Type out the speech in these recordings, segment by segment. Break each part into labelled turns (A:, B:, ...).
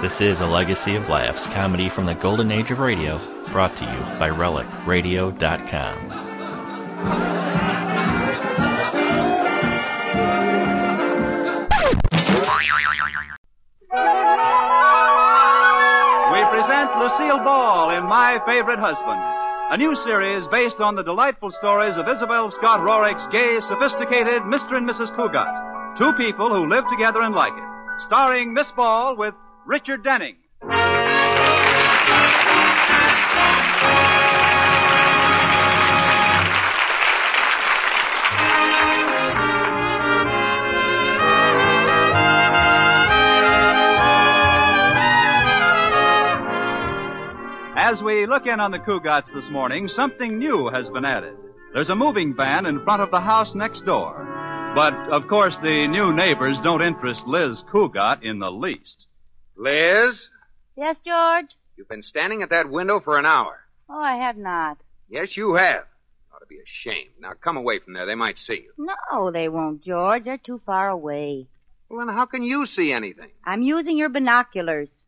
A: This is a legacy of laughs comedy from the golden age of radio, brought to you by RelicRadio.com.
B: We present Lucille Ball in My Favorite Husband, a new series based on the delightful stories of Isabel Scott Rorick's gay, sophisticated Mr. and Mrs. Cougat, two people who live together and like it, starring Miss Ball with Richard Denning. As we look in on the Cougats this morning, something new has been added. There's a moving van in front of the house next door. But, of course, the new neighbors don't interest Liz Cougat in the least.
C: Liz,
D: Yes, George?
C: you've been standing at that window for an hour.
D: Oh, I have not.
C: Yes, you have. Ought to be ashamed. Now come away from there. They might see you.
D: No, they won't, George. They're too far away.
C: Well, then how can you see anything?
D: I'm using your binoculars,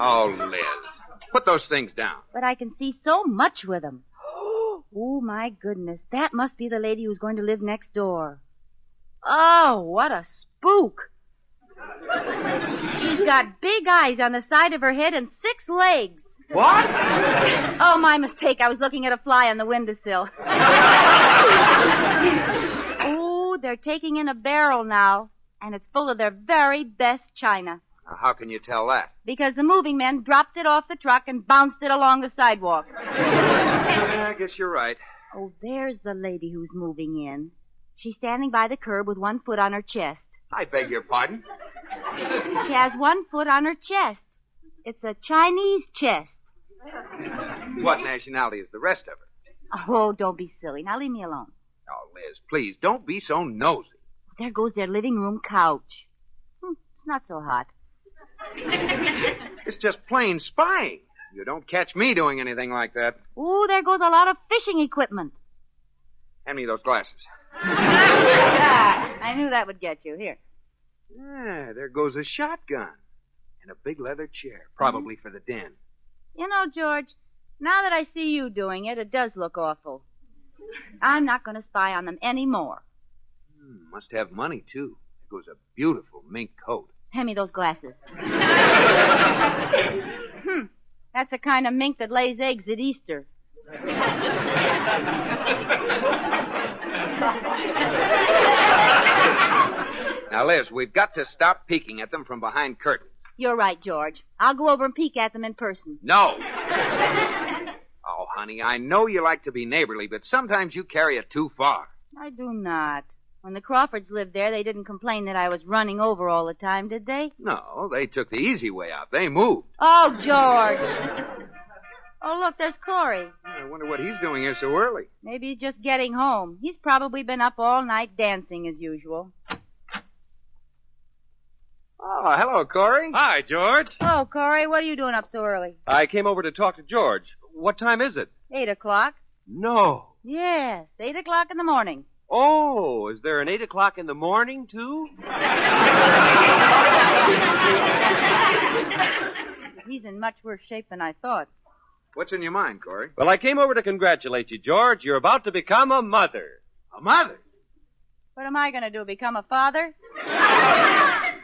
C: Oh, Liz, put those things down.
D: but I can see so much with them. Oh, my goodness. That must be the lady who's going to live next door. Oh, what a spook. She's got big eyes on the side of her head and six legs.
C: What?
D: Oh, my mistake. I was looking at a fly on the windowsill. oh, they're taking in a barrel now, and it's full of their very best china.
C: Now, how can you tell that?
D: Because the moving men dropped it off the truck and bounced it along the sidewalk.
C: Yeah, I guess you're right.
D: Oh, there's the lady who's moving in. She's standing by the curb with one foot on her chest.
C: I beg your pardon.
D: She has one foot on her chest. It's a Chinese chest.
C: What nationality is the rest of her?
D: Oh, don't be silly. Now leave me alone.
C: Oh, Liz, please don't be so nosy.
D: There goes their living room couch. Hmm, it's not so hot.
C: It's just plain spying. You don't catch me doing anything like that.
D: Ooh, there goes a lot of fishing equipment.
C: Hand me those glasses.
D: Ah, I knew that would get you. Here.
C: Yeah, there goes a shotgun and a big leather chair, probably for the den.
D: You know, George, now that I see you doing it, it does look awful. I'm not going to spy on them anymore.
C: Hmm, must have money, too. There goes a beautiful mink coat.
D: Hand me those glasses. hmm. That's the kind of mink that lays eggs at Easter.
C: Now, Liz, we've got to stop peeking at them from behind curtains.
D: You're right, George. I'll go over and peek at them in person.
C: No! oh, honey, I know you like to be neighborly, but sometimes you carry it too far.
D: I do not. When the Crawfords lived there, they didn't complain that I was running over all the time, did they?
C: No, they took the easy way out. They moved.
D: Oh, George. Oh, look, there's Corey.
C: I wonder what he's doing here so early.
D: Maybe he's just getting home. He's probably been up all night dancing as usual.
C: Oh, hello, Corey.
E: Hi, George.
D: Oh, Corey, what are you doing up so early?
E: I came over to talk to George. What time is it?
D: Eight o'clock?
E: No.
D: Yes, eight o'clock in the morning.
E: Oh, is there an eight o'clock in the morning, too?
D: He's in much worse shape than I thought.
C: What's in your mind, Corey?
E: Well, I came over to congratulate you, George. You're about to become a mother.
C: A mother.
D: What am I going to do? Become a father?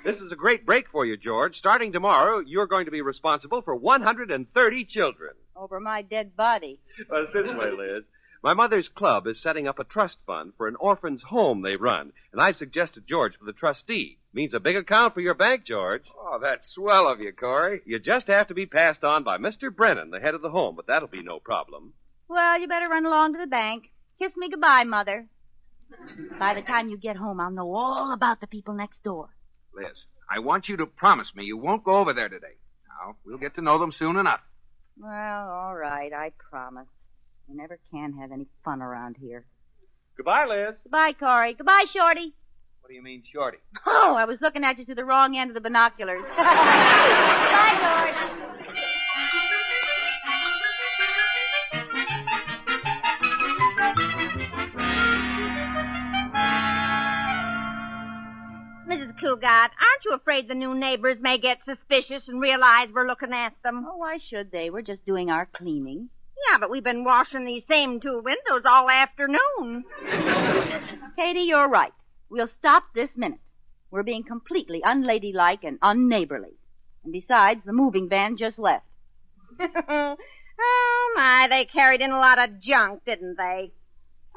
E: This is a great break for you, George. Starting tomorrow, you're going to be responsible for 130 children.
D: Over my dead body.
E: Well, it's this way, Liz. My mother's club is setting up a trust fund for an orphan's home they run, and I've suggested George for the trustee. Means a big account for your bank, George.
C: Oh, that's swell of you, Corey.
E: You just have to be passed on by Mr. Brennan, the head of the home, but that'll be no problem.
D: Well, you better run along to the bank. Kiss me goodbye, Mother. By the time you get home, I'll know all about the people next door.
C: Liz, I want you to promise me you won't go over there today. Now, we'll get to know them soon enough.
D: Well, all right, I promise. You never can have any fun around here.
E: Goodbye, Liz.
D: Goodbye, Corey. Goodbye, Shorty.
C: What do you mean, Shorty?
D: Oh, I was looking at you through the wrong end of the binoculars. Bye, George. Mrs.
F: Cougat, aren't you afraid the new neighbors may get suspicious and realize we're looking at them?
D: Oh, why should they? We're just doing our cleaning.
F: Yeah, but we've been washing these same two windows all afternoon.
D: Katie, you're right. We'll stop this minute. We're being completely unladylike and unneighborly. And besides, the moving van just left.
F: oh my, they carried in a lot of junk, didn't they?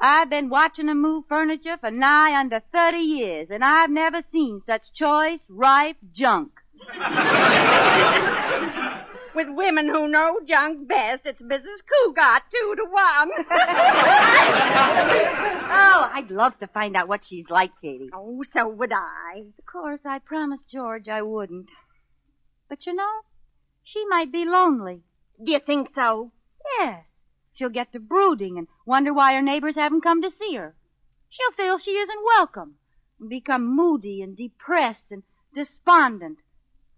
D: I've been watching 'em move furniture for nigh under 30 years, and I've never seen such choice, ripe junk.
F: With women who know junk best, it's Mrs. Cougat two to one.
D: Oh, I'd love to find out what she's like, Katie.
F: oh, so would I.
D: Of course, I promised George I wouldn't. But you know, she might be lonely.
F: Do you think so?
D: Yes, she'll get to brooding and wonder why her neighbors haven't come to see her. She'll feel she isn't welcome and become moody and depressed and despondent.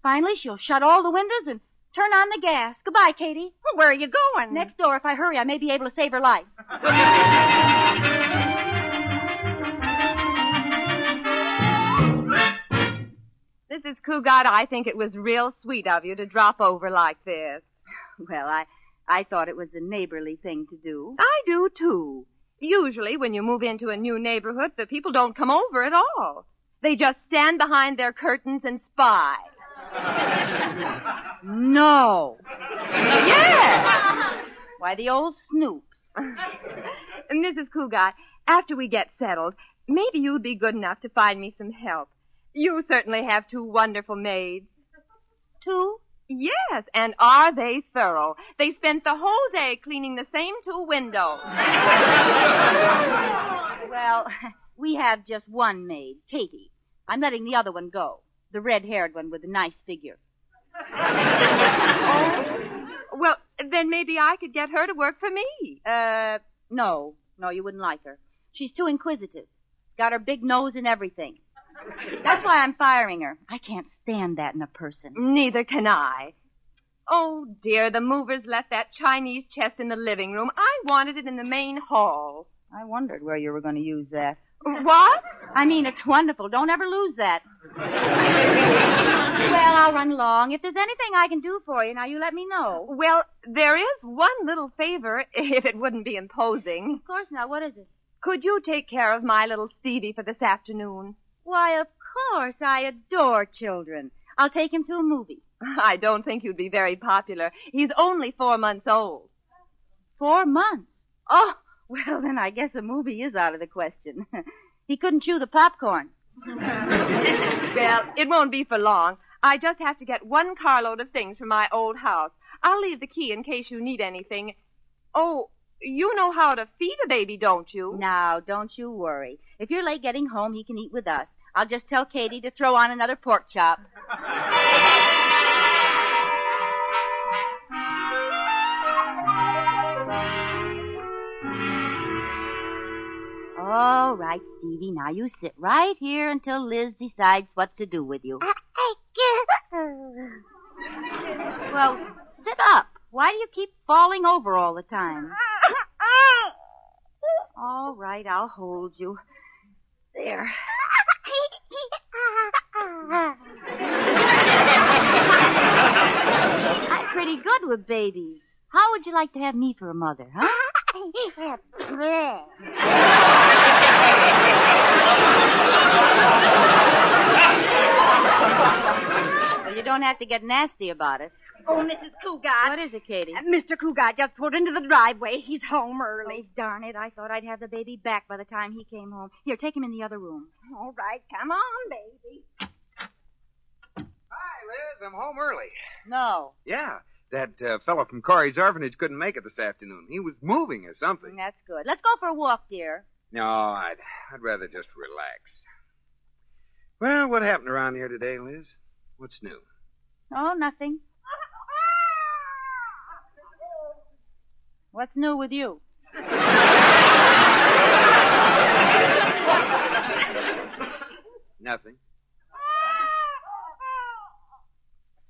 D: Finally, she'll shut all the windows and turn on the gas. Goodbye, Katie.
F: Well, where are you going?
D: Next door, if I hurry, I may be able to save her life.
G: This is Cougat. I think it was real sweet of you to drop over like this.
D: Well, I, I thought it was the neighborly thing to do.
G: I do too. Usually, when you move into a new neighborhood, the people don't come over at all. They just stand behind their curtains and spy.
D: No.
G: Yes!
D: Why, the old snoops.
G: Mrs. Cougat, after we get settled, maybe you'd be good enough to find me some help. You certainly have two wonderful maids.
D: Two?
G: Yes, and are they thorough? They spent the whole day cleaning the same two windows.
D: Well, we have just one maid, Katie. I'm letting the other one go. The red-haired one with the nice figure.
G: Well, then maybe I could get her to work for me.
D: Uh, no. No, you wouldn't like her. She's too inquisitive. Got her big nose and everything. That's why I'm firing her. I can't stand that in a person.
G: Neither can I. Oh dear, the movers left that Chinese chest in the living room. I wanted it in the main hall.
D: I wondered where you were going to use that.
G: What?
D: I mean, it's wonderful. Don't ever lose that. well, I'll run along. If there's anything I can do for you, now you let me know.
G: Well, there is one little favor, if it wouldn't be imposing.
D: Of course, now, what is it?
G: Could you take care of my little Stevie for this afternoon?
D: Why, of course, I adore children. I'll take him to a movie.
G: I don't think you'd be very popular. He's only four months old.
D: Four months. Oh, well, then I guess a movie is out of the question. he couldn't chew the popcorn.
G: Well, it won't be for long. I just have to get one carload of things from my old house. I'll leave the key in case you need anything. Oh, you know how to feed a baby, don't you?
D: Now, don't you worry. If you're late getting home, he can eat with us. I'll just tell Katie to throw on another pork chop. All right, Stevie, now you sit right here until Liz decides what to do with you. Well, sit up. Why do you keep falling over all the time? All right, I'll hold you. There. I'm pretty good with babies. How would you like to have me for a mother, huh? Well, you don't have to get nasty about it.
F: Oh, Mrs. Cougat.
D: What is it, Katie?
F: Uh, Mr. Cougat just pulled into the driveway. He's home
D: Oh,
F: early.
D: darn it. I thought I'd have the baby back by the time he came home. Here, take him in the other room.
F: All right, come on, baby.
C: Hi, Liz. I'm home early.
D: No.
C: Yeah, that uh, fellow from Corey's orphanage couldn't make it this afternoon. He was moving or something.
D: That's good. Let's go for a walk, dear.
C: No, I'd, I'd rather just relax. Well, what happened around here today, Liz? What's new?
D: Oh, nothing. What's new with you?
C: Nothing.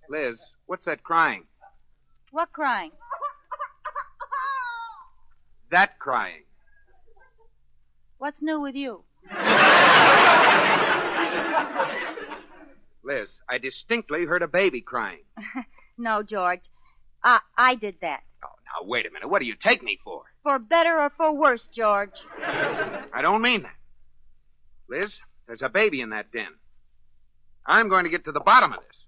C: Liz, what's that crying?
D: What crying?
C: That crying.
D: What's new with you?
C: Liz, I distinctly heard a baby crying.
D: No, George. I, I did that.
C: Oh, now, wait a minute. What do you take me for?
D: For better or for worse, George.
C: I don't mean that. Liz, there's a baby in that den. I'm going to get to the bottom of this.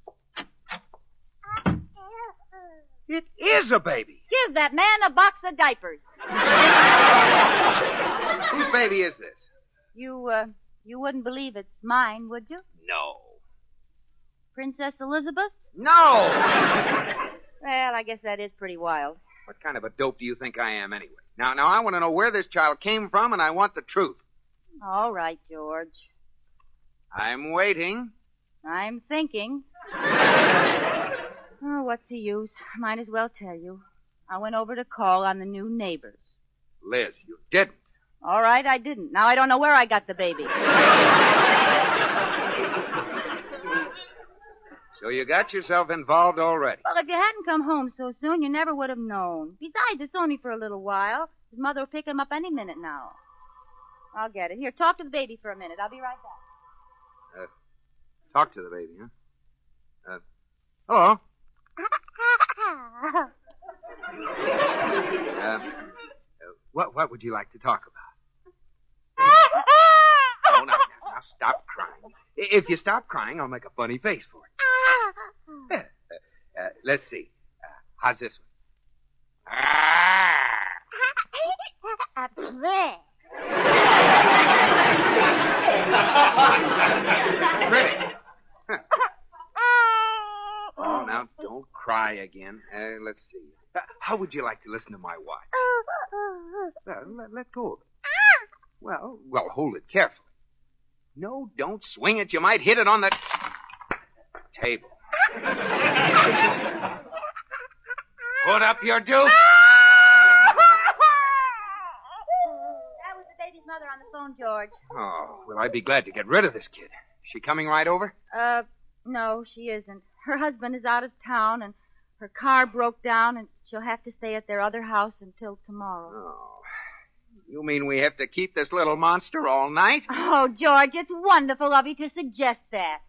C: It is a baby.
D: Give that man a box of diapers.
C: Whose baby is this?
D: You, uh, you wouldn't believe it's mine, would you?
C: No.
D: Princess Elizabeth's?
C: No!
D: Well, I guess that is pretty wild.
C: What kind of a dope do you think I am, anyway? Now, now, I want to know where this child came from, and I want the truth.
D: All right, George.
C: I'm waiting.
D: I'm thinking. oh, what's the use? Might as well tell you. I went over to call on the new neighbors.
C: Liz, you didn't.
D: All right, I didn't. Now I don't know where I got the baby.
C: So you got yourself involved already.
D: Well, if you hadn't come home so soon, you never would have known. Besides, it's only for a little while. His mother will pick him up any minute now. I'll get it. Here, talk to the baby for a minute. I'll be right back.
C: Uh, Talk to the baby, huh? Uh, hello. Uh, uh, what what would you like to talk about? Oh, now, now, now stop crying. I- If you stop crying, I'll make a funny face for it. Uh, uh, let's see. Uh, how's this one? Pretty. Huh. Oh, now don't cry again. Uh, let's see. Uh, how would you like to listen to my wife? Well, let, let go of it. Well, well, hold it carefully. No, don't swing it. You might hit it on the table. Put up your duke.
D: That was the baby's mother on the phone, George.
C: Oh, well, I'd be glad to get rid of this kid. She coming right over?
D: Uh, no, she isn't. Her husband is out of town, and her car broke down, and she'll have to stay at their other house until tomorrow.
C: Oh, you mean we have to keep this little monster all night?
D: Oh, George, it's wonderful of you to suggest that.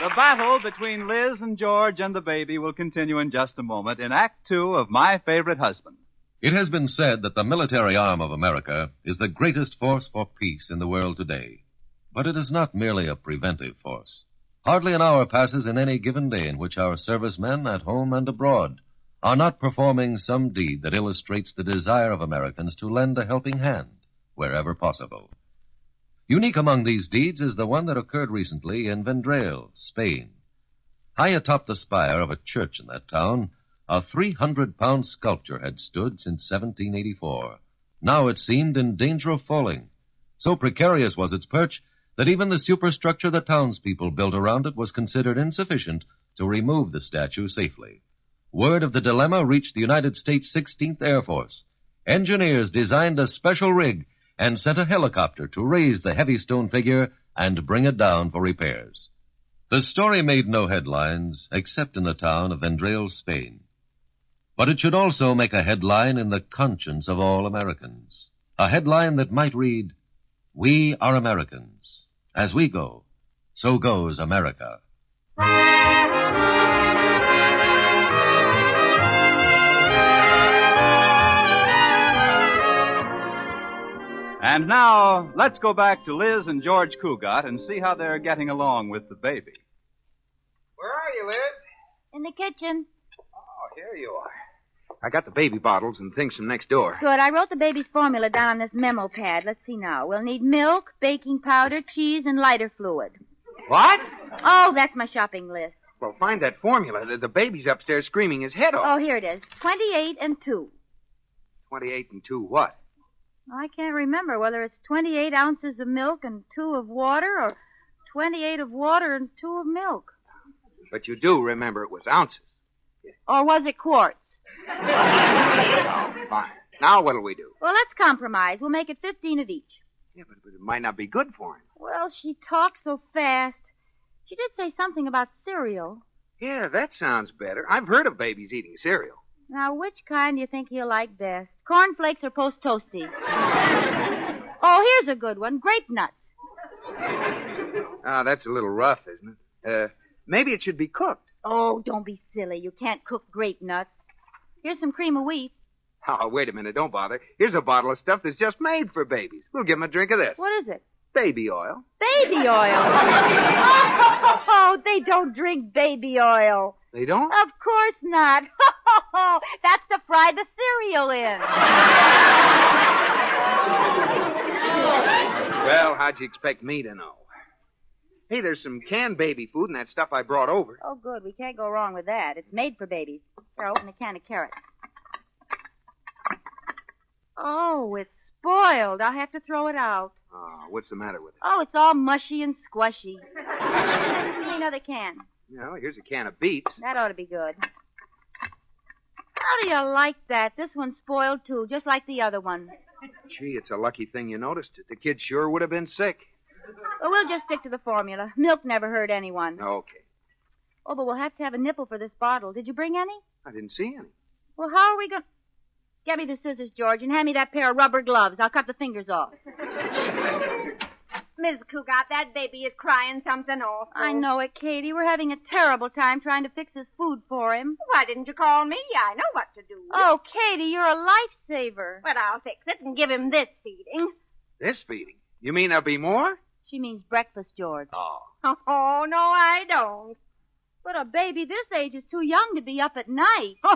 B: The battle between Liz and George and the baby will continue in just a moment in Act Two of My Favorite Husband.
H: It has been said that the military arm of America is the greatest force for peace in the world today. But it is not merely a preventive force. Hardly an hour passes in any given day in which our servicemen at home and abroad are not performing some deed that illustrates the desire of Americans to lend a helping hand wherever possible. Unique among these deeds is the one that occurred recently in Vendrell, Spain. High atop the spire of a church in that town, a 300 pound sculpture had stood since 1784. Now it seemed in danger of falling. So precarious was its perch that even the superstructure the townspeople built around it was considered insufficient to remove the statue safely. Word of the dilemma reached the United States 16th Air Force. Engineers designed a special rig and sent a helicopter to raise the heavy stone figure and bring it down for repairs. The story made no headlines except in the town of Vendrell, Spain but it should also make a headline in the conscience of all Americans. A headline that might read, We are Americans. As we go, so goes America.
B: And now, let's go back to Liz and George Cougat and see how they're getting along with the baby.
C: Where are you, Liz?
D: In the kitchen.
C: Oh, here you are. I got the baby bottles and things from next door.
D: Good. I wrote the baby's formula down on this memo pad. Let's see now. We'll need milk, baking powder, cheese, and lighter fluid.
C: What?
D: Oh, that's my shopping list.
C: Well, find that formula. The, the baby's upstairs screaming his head off.
D: Oh, here it is. 28 and 2.
C: 28 and 2 what?
D: I can't remember whether it's 28 ounces of milk and 2 of water or 28 of water and 2 of milk.
C: But you do remember it was ounces.
D: Or was it quarts?
C: Fine. Now what'll we do?
D: Well, let's compromise. We'll make it 15 of each.
C: Yeah, but, but it might not be good for him.
D: Well, she talked so fast. She did say something about cereal.
C: Yeah, that sounds better. I've heard of babies eating cereal.
D: Now, which kind do you think he'll like best? Cornflakes or post toasties? oh, here's a good one. Grape nuts.
C: Ah, that's a little rough, isn't it? Uh, maybe it should be cooked.
D: Oh, don't be silly. You can't cook grape nuts. Here's some cream of wheat.
C: Oh, wait a minute. Don't bother. Here's a bottle of stuff that's just made for babies. We'll give 'em a drink of this.
D: What is it?
C: Baby oil.
D: Baby oil. oh, they don't drink baby oil.
C: They don't?
D: Of course not. That's to fry the cereal in.
C: Well, how'd you expect me to know? Hey, there's some canned baby food and that stuff I brought over.
D: Oh, good. We can't go wrong with that. It's made for babies. Here, I'll open the can of carrots. Oh, it's spoiled. I'll have to throw it out.
C: Oh, what's the matter with it?
D: Oh, it's all mushy and squishy. Give me another can.
C: Well, here's a can of beets.
D: That ought to be good. How do you like that? This one's spoiled too, just like the other one.
C: Gee, it's a lucky thing you noticed it. The kid sure would have been sick.
D: Well, we'll just stick to the formula. Milk never hurt anyone.
C: Okay.
D: Oh, but we'll have to have a nipple for this bottle. Did you bring any?
C: I didn't see any.
D: Well, how are we going to. Get me the scissors, George, and hand me that pair of rubber gloves. I'll cut the fingers off.
F: Miss Cougat, that baby is crying something awful.
D: I know it, Katie. We're having a terrible time trying to fix his food for him.
F: Why didn't you call me? I know what to do.
D: Oh, Katie, you're a lifesaver.
F: But I'll fix it and give him this feeding.
C: This feeding. You mean there'll be more?
D: She means breakfast, George.
C: Oh.
F: Oh, no, I don't.
D: But a baby this age is too young to be up at night.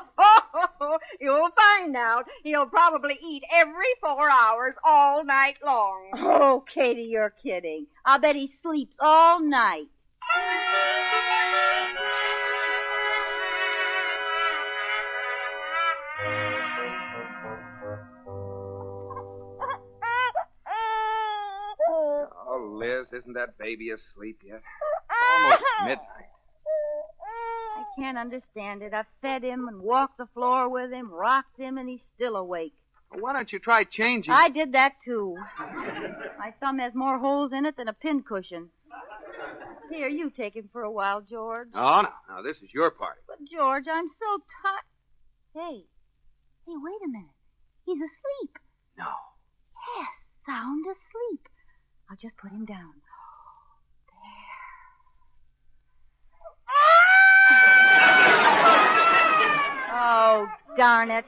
F: You'll find out. He'll probably eat every four hours all night long.
D: Oh, Katie, you're kidding. I'll bet he sleeps all night.
C: Oh, Liz, isn't that baby asleep yet? Almost midnight.
D: I can't understand it. I've fed him and walked the floor with him, rocked him, and he's still awake.
C: Well, why don't you try changing?
D: I did that too. My thumb has more holes in it than a pincushion. Here, you take him for a while, George.
C: Oh, no, no, this is your party.
D: But, George, I'm so tired. Hey, hey, wait a minute. He's asleep.
C: No.
D: Yes, sound asleep. I'll just put him down. There. Oh, darn it.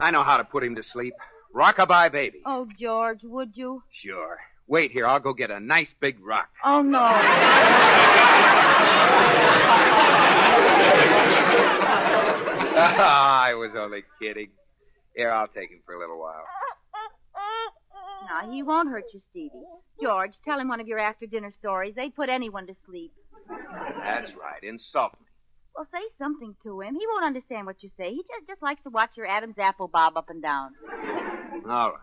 C: I know how to put him to sleep. Rockabye baby.
D: Oh, George, would you?
C: Sure. Wait here, I'll go get a nice big rock.
D: Oh, no.
C: I was only kidding. Here, I'll take him for a little while.
D: No, he won't hurt you, Stevie. George, tell him one of your after dinner stories. They'd put anyone to sleep.
C: That's right, insult me.
D: Well, say something to him. He won't understand what you say. He just, just likes to watch your Adam's apple bob up and down.
C: All right.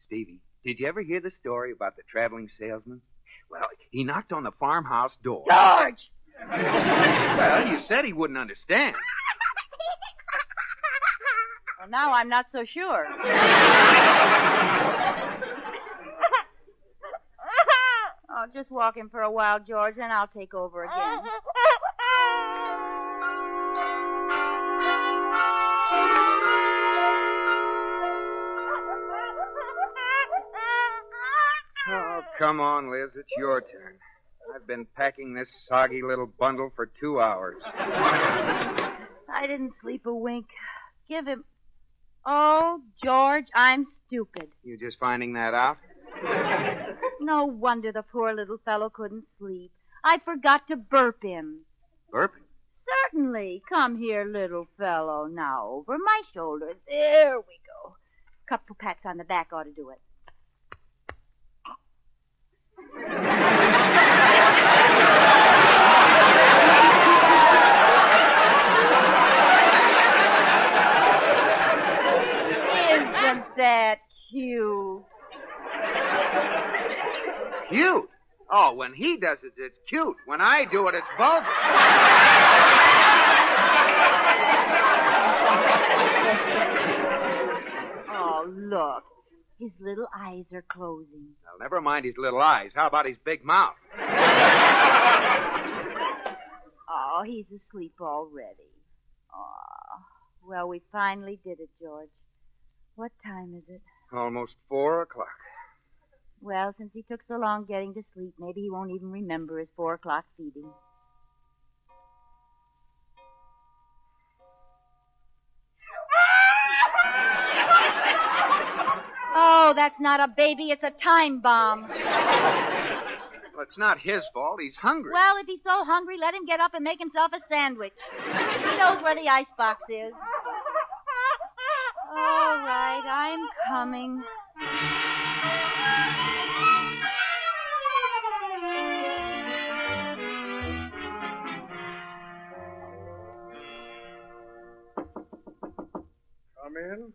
C: Stevie, did you ever hear the story about the traveling salesman? Well, he knocked on the farmhouse door.
D: George!
C: Well, you said he wouldn't understand.
D: Well, now I'm not so sure. oh, just walk him for a while, George, then I'll take over again.
C: Oh, come on, Liz, it's your turn. I've been packing this soggy little bundle for two hours.
D: I didn't sleep a wink. Give him. Oh, George, I'm stupid.
C: You just finding that out?
D: No wonder the poor little fellow couldn't sleep. I forgot to burp him.
C: Burping?
D: Certainly. Come here, little fellow. Now over my shoulder. There we go. Couple pats on the back ought to do it. Isn't that cute?
C: Cute. Oh, when he does it, it's cute. When I do it, it's vulgar.
D: Oh, look. His little eyes are closing.
C: Well, never mind his little eyes. How about his big mouth?
D: Oh, he's asleep already. Oh, well, we finally did it, George. What time is it?
C: Almost four o'clock.
D: Well, since he took so long getting to sleep, maybe he won't even remember his four o'clock feeding. Oh, that's not a baby, it's a time bomb.
C: Well, it's not his fault. He's hungry.
D: Well, if he's so hungry, let him get up and make himself a sandwich. He knows where the icebox is. All right, I'm coming.
C: Come in.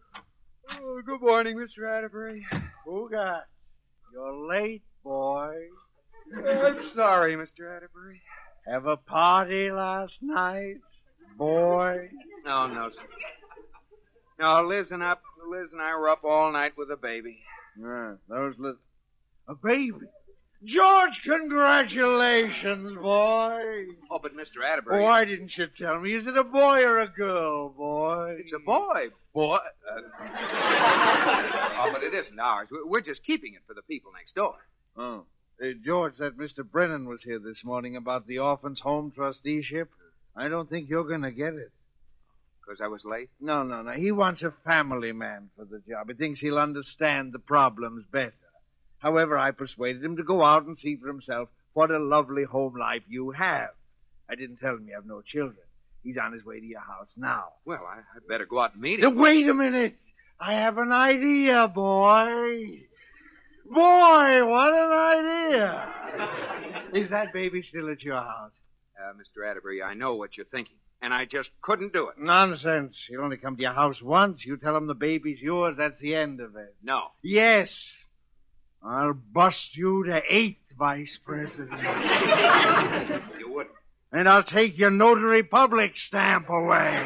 C: Oh, good morning, Mr. Atterbury.
I: Who got? You're late, boy.
C: I'm sorry, Mr. Atterbury.
I: Have a party last night, boy.
C: No, no, sir. No, Liz and up. Liz and I were up all night with a baby.
I: Yeah, those lit. A baby. George, congratulations, boy.
C: Oh, but Mr. Atterbury.
I: Why didn't you tell me? Is it a boy or a girl, boy?
C: It's a boy, boy. Uh, oh, but it isn't ours. We- We're just keeping it for the people next door.
I: Oh. Hey, George, that Mr. Brennan was here this morning about the orphans' home trusteeship. I don't think you're going to get it.
C: Because I was late.
I: No, no, no. He wants a family man for the job. He thinks he'll understand the problems better. However, I persuaded him to go out and see for himself what a lovely home life you have. I didn't tell him you have no children. He's on his way to your house now.
C: Well, I, I'd better go out and meet
I: Now,
C: him.
I: wait a minute. I have an idea, boy. Boy, what an idea. Is that baby still at your house?
C: Uh, Mr. Atterbury, I know what you're thinking, and I just couldn't do it.
I: Nonsense. He'll only come to your house once. You tell him the baby's yours. That's the end of it.
C: No.
I: Yes. I'll bust you to eighth vice president.
C: You wouldn't.
I: and I'll take your notary public stamp away.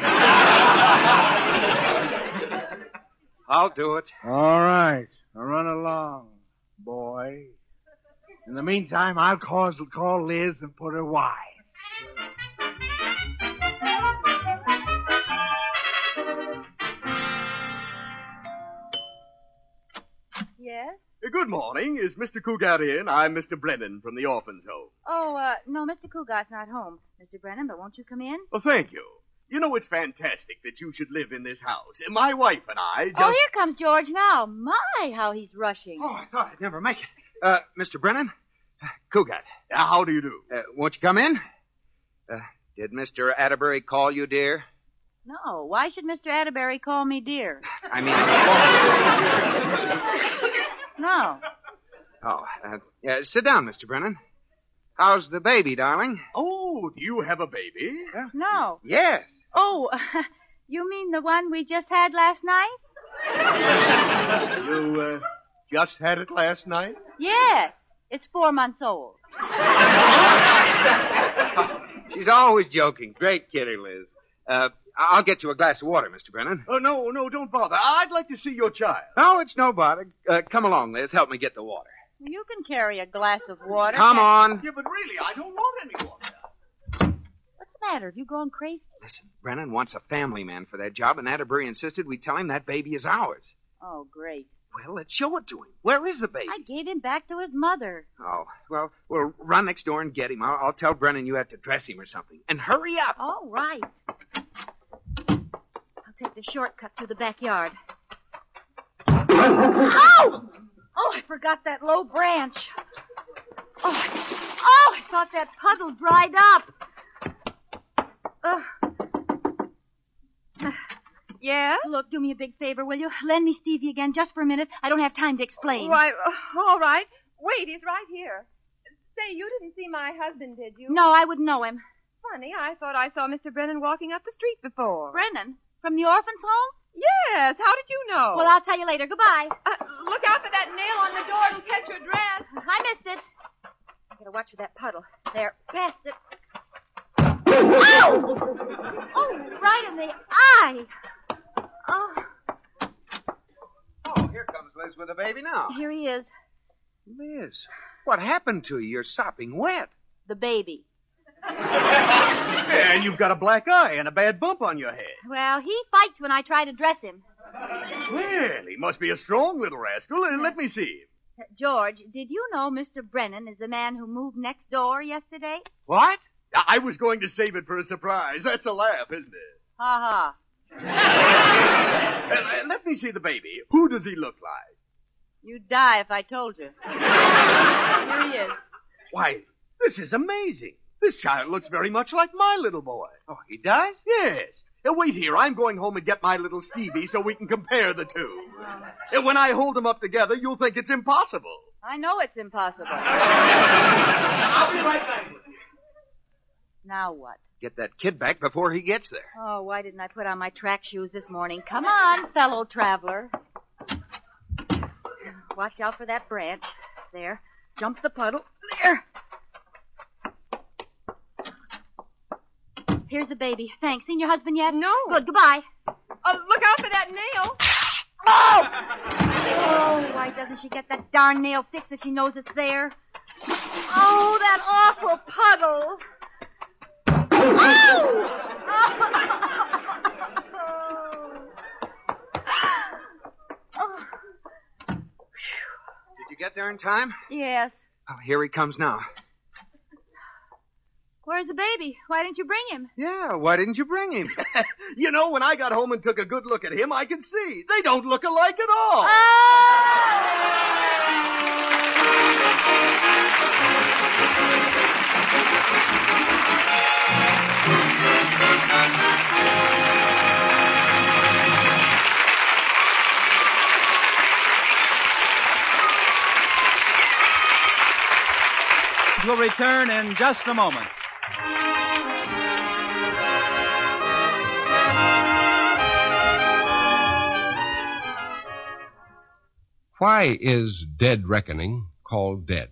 C: I'll do it.
I: All right. Now run along, boy. In the meantime, I'll call, call Liz and put her wise.
G: Yes?
E: Good morning. Is Mr. Cougar in? I'm Mr. Brennan from the Orphans Home.
D: Oh, uh, no, Mr. Cougar's not home, Mr. Brennan, but won't you come in?
E: Oh, thank you. You know, it's fantastic that you should live in this house. My wife and I just.
D: Oh, here comes George now. My, how he's rushing.
C: Oh, I thought I'd never make it. Uh, Mr. Brennan? Cougat,
E: Uh, How do you do?
C: uh, won't you come in? Uh, did Mr. Atterbury call you, dear?
D: No, why should Mr. Atterbury call me dear?
C: I mean,
D: No.
C: oh, uh, yeah, sit down, Mr. Brennan. How's the baby, darling?
E: Oh, do you have a baby?
D: No.
C: Yes.
D: Oh, you mean the one we just had last night?
E: You uh, just had it last night?
D: Yes. It's four months old.
C: She's always joking. Great kidder, Liz. Uh, I- I'll get you a glass of water, Mr. Brennan.
E: Oh, no, no, don't bother. I'd like to see your child.
C: No, Oh, it's no bother. Uh, come along, Liz. Help me get the water.
D: You can carry a glass of water.
C: Come on.
E: Yeah, but really, I don't want anyone.
D: What's the matter? Have you gone crazy?
C: Listen, Brennan wants a family man for that job, and Atterbury insisted we tell him that baby is ours.
D: Oh, great.
C: Well, let's show it to him. Where is the baby?
D: I gave him back to his mother.
C: Oh, well, we'll run next door and get him. I'll, I'll tell Brennan you have to dress him or something. And hurry up.
D: All right. I'll take the shortcut through the backyard. Oh! Oh, I forgot that low branch. Oh, I- oh I thought that puddle dried up. Ugh.
G: Yes?
D: look, do me a big favor, will you? Lend me Stevie again just for a minute. I don't have time to explain.
G: Why, uh, all right. Wait, he's right here. Say, you didn't see my husband, did you?
D: No, I wouldn't know him.
G: Funny, I thought I saw Mr. Brennan walking up the street before.
D: Brennan? From the orphan's home?
G: Yes, how did you know?
D: Well, I'll tell you later. Goodbye.
G: Uh, look out for that nail on the door. It'll catch your dress.
D: I missed it. I gotta watch for that puddle. There, past it. Ow! Oh, right in the eye. Oh,
C: Oh, here comes Liz with the baby now.
D: here he is,
C: Liz, what happened to you? You're sopping wet.
D: the baby.
J: And you've got a black eye and a bad bump on your head.
D: Well, he fights when I try to dress him.
J: Well, he must be a strong little rascal. And let me see.
D: Uh, George, did you know Mr. Brennan is the man who moved next door yesterday?
J: What? I I was going to save it for a surprise. That's a laugh, isn't it?
D: Ha
J: Uh, uh, let me see the baby. Who does he look like?
D: You'd die if I told you. Here he is.
J: Why, this is amazing. This child looks very much like my little boy. Oh, he does? Yes. Uh, wait here. I'm going home and get my little Stevie so we can compare the two. Uh, When I hold them up together, you'll think it's impossible.
D: I know it's impossible.
J: I'll be right back
D: with you. Now what?
C: Get that kid back before he gets there.
D: Oh, why didn't I put on my track shoes this morning? Come on, fellow traveler. Watch out for that branch. There. Jump the puddle. There. Here's the baby. Thanks. Seen your husband yet? No. Good. Goodbye.
G: Uh, look out for that nail.
D: Oh, why doesn't she get that darn nail fixed if she knows it's there? Oh, that awful puddle.
C: Did you get there in time?
D: Yes.
C: Oh, here he comes now.
D: Where's the baby? Why didn't you bring him?
C: Yeah, why didn't you bring him?
J: you know, when I got home and took a good look at him, I could see. They don't look alike at all.
B: We'll return in just a moment.
K: Why is dead reckoning called dead?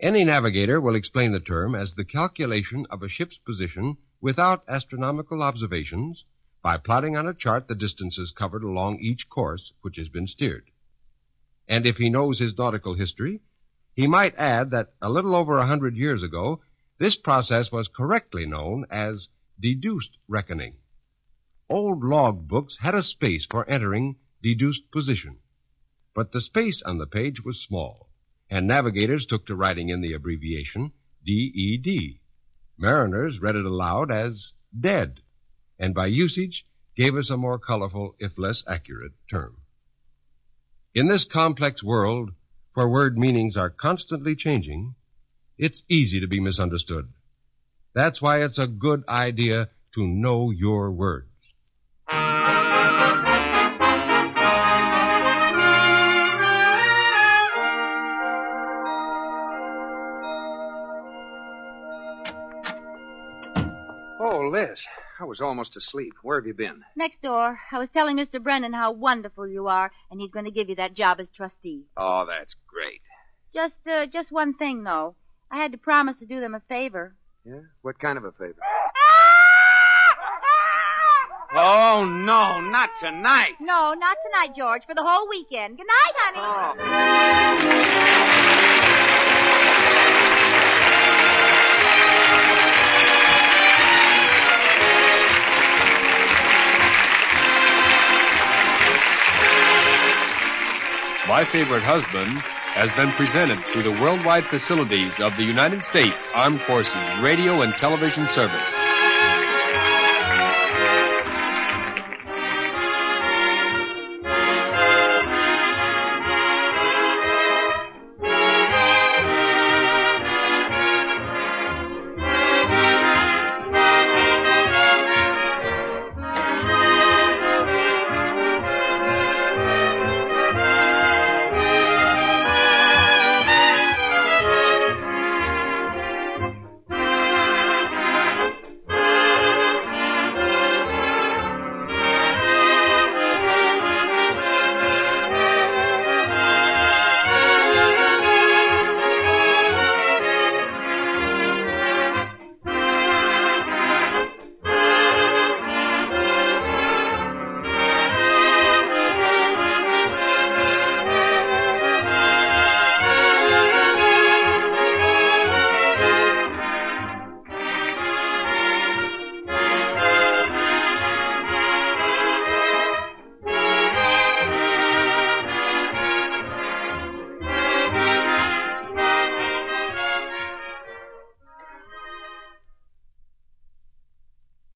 K: Any navigator will explain the term as the calculation of a ship's position without astronomical observations by plotting on a chart the distances covered along each course which has been steered. And if he knows his nautical history, he might add that a little over a hundred years ago, this process was correctly known as deduced reckoning. Old log books had a space for entering deduced position but the space on the page was small, and navigators took to writing in the abbreviation DED. Mariners read it aloud as dead, and by usage gave us a more colorful, if less accurate, term. In this complex world, where word meanings are constantly changing, it's easy to be misunderstood. That's why it's a good idea to know your word.
C: Oh, Liz, I was almost asleep. Where have you been?
D: Next door. I was telling Mr. Brennan how wonderful you are, and he's going to give you that job as trustee.
C: Oh, that's great.
D: Just, uh, just one thing though. I had to promise to do them a favor.
C: Yeah? What kind of a favor?
I: Oh, no, not tonight.
D: No, not tonight, George. For the whole weekend. Good night, honey.
L: My Favorite Husband has been presented through the worldwide facilities of the United States Armed Forces Radio and Television Service.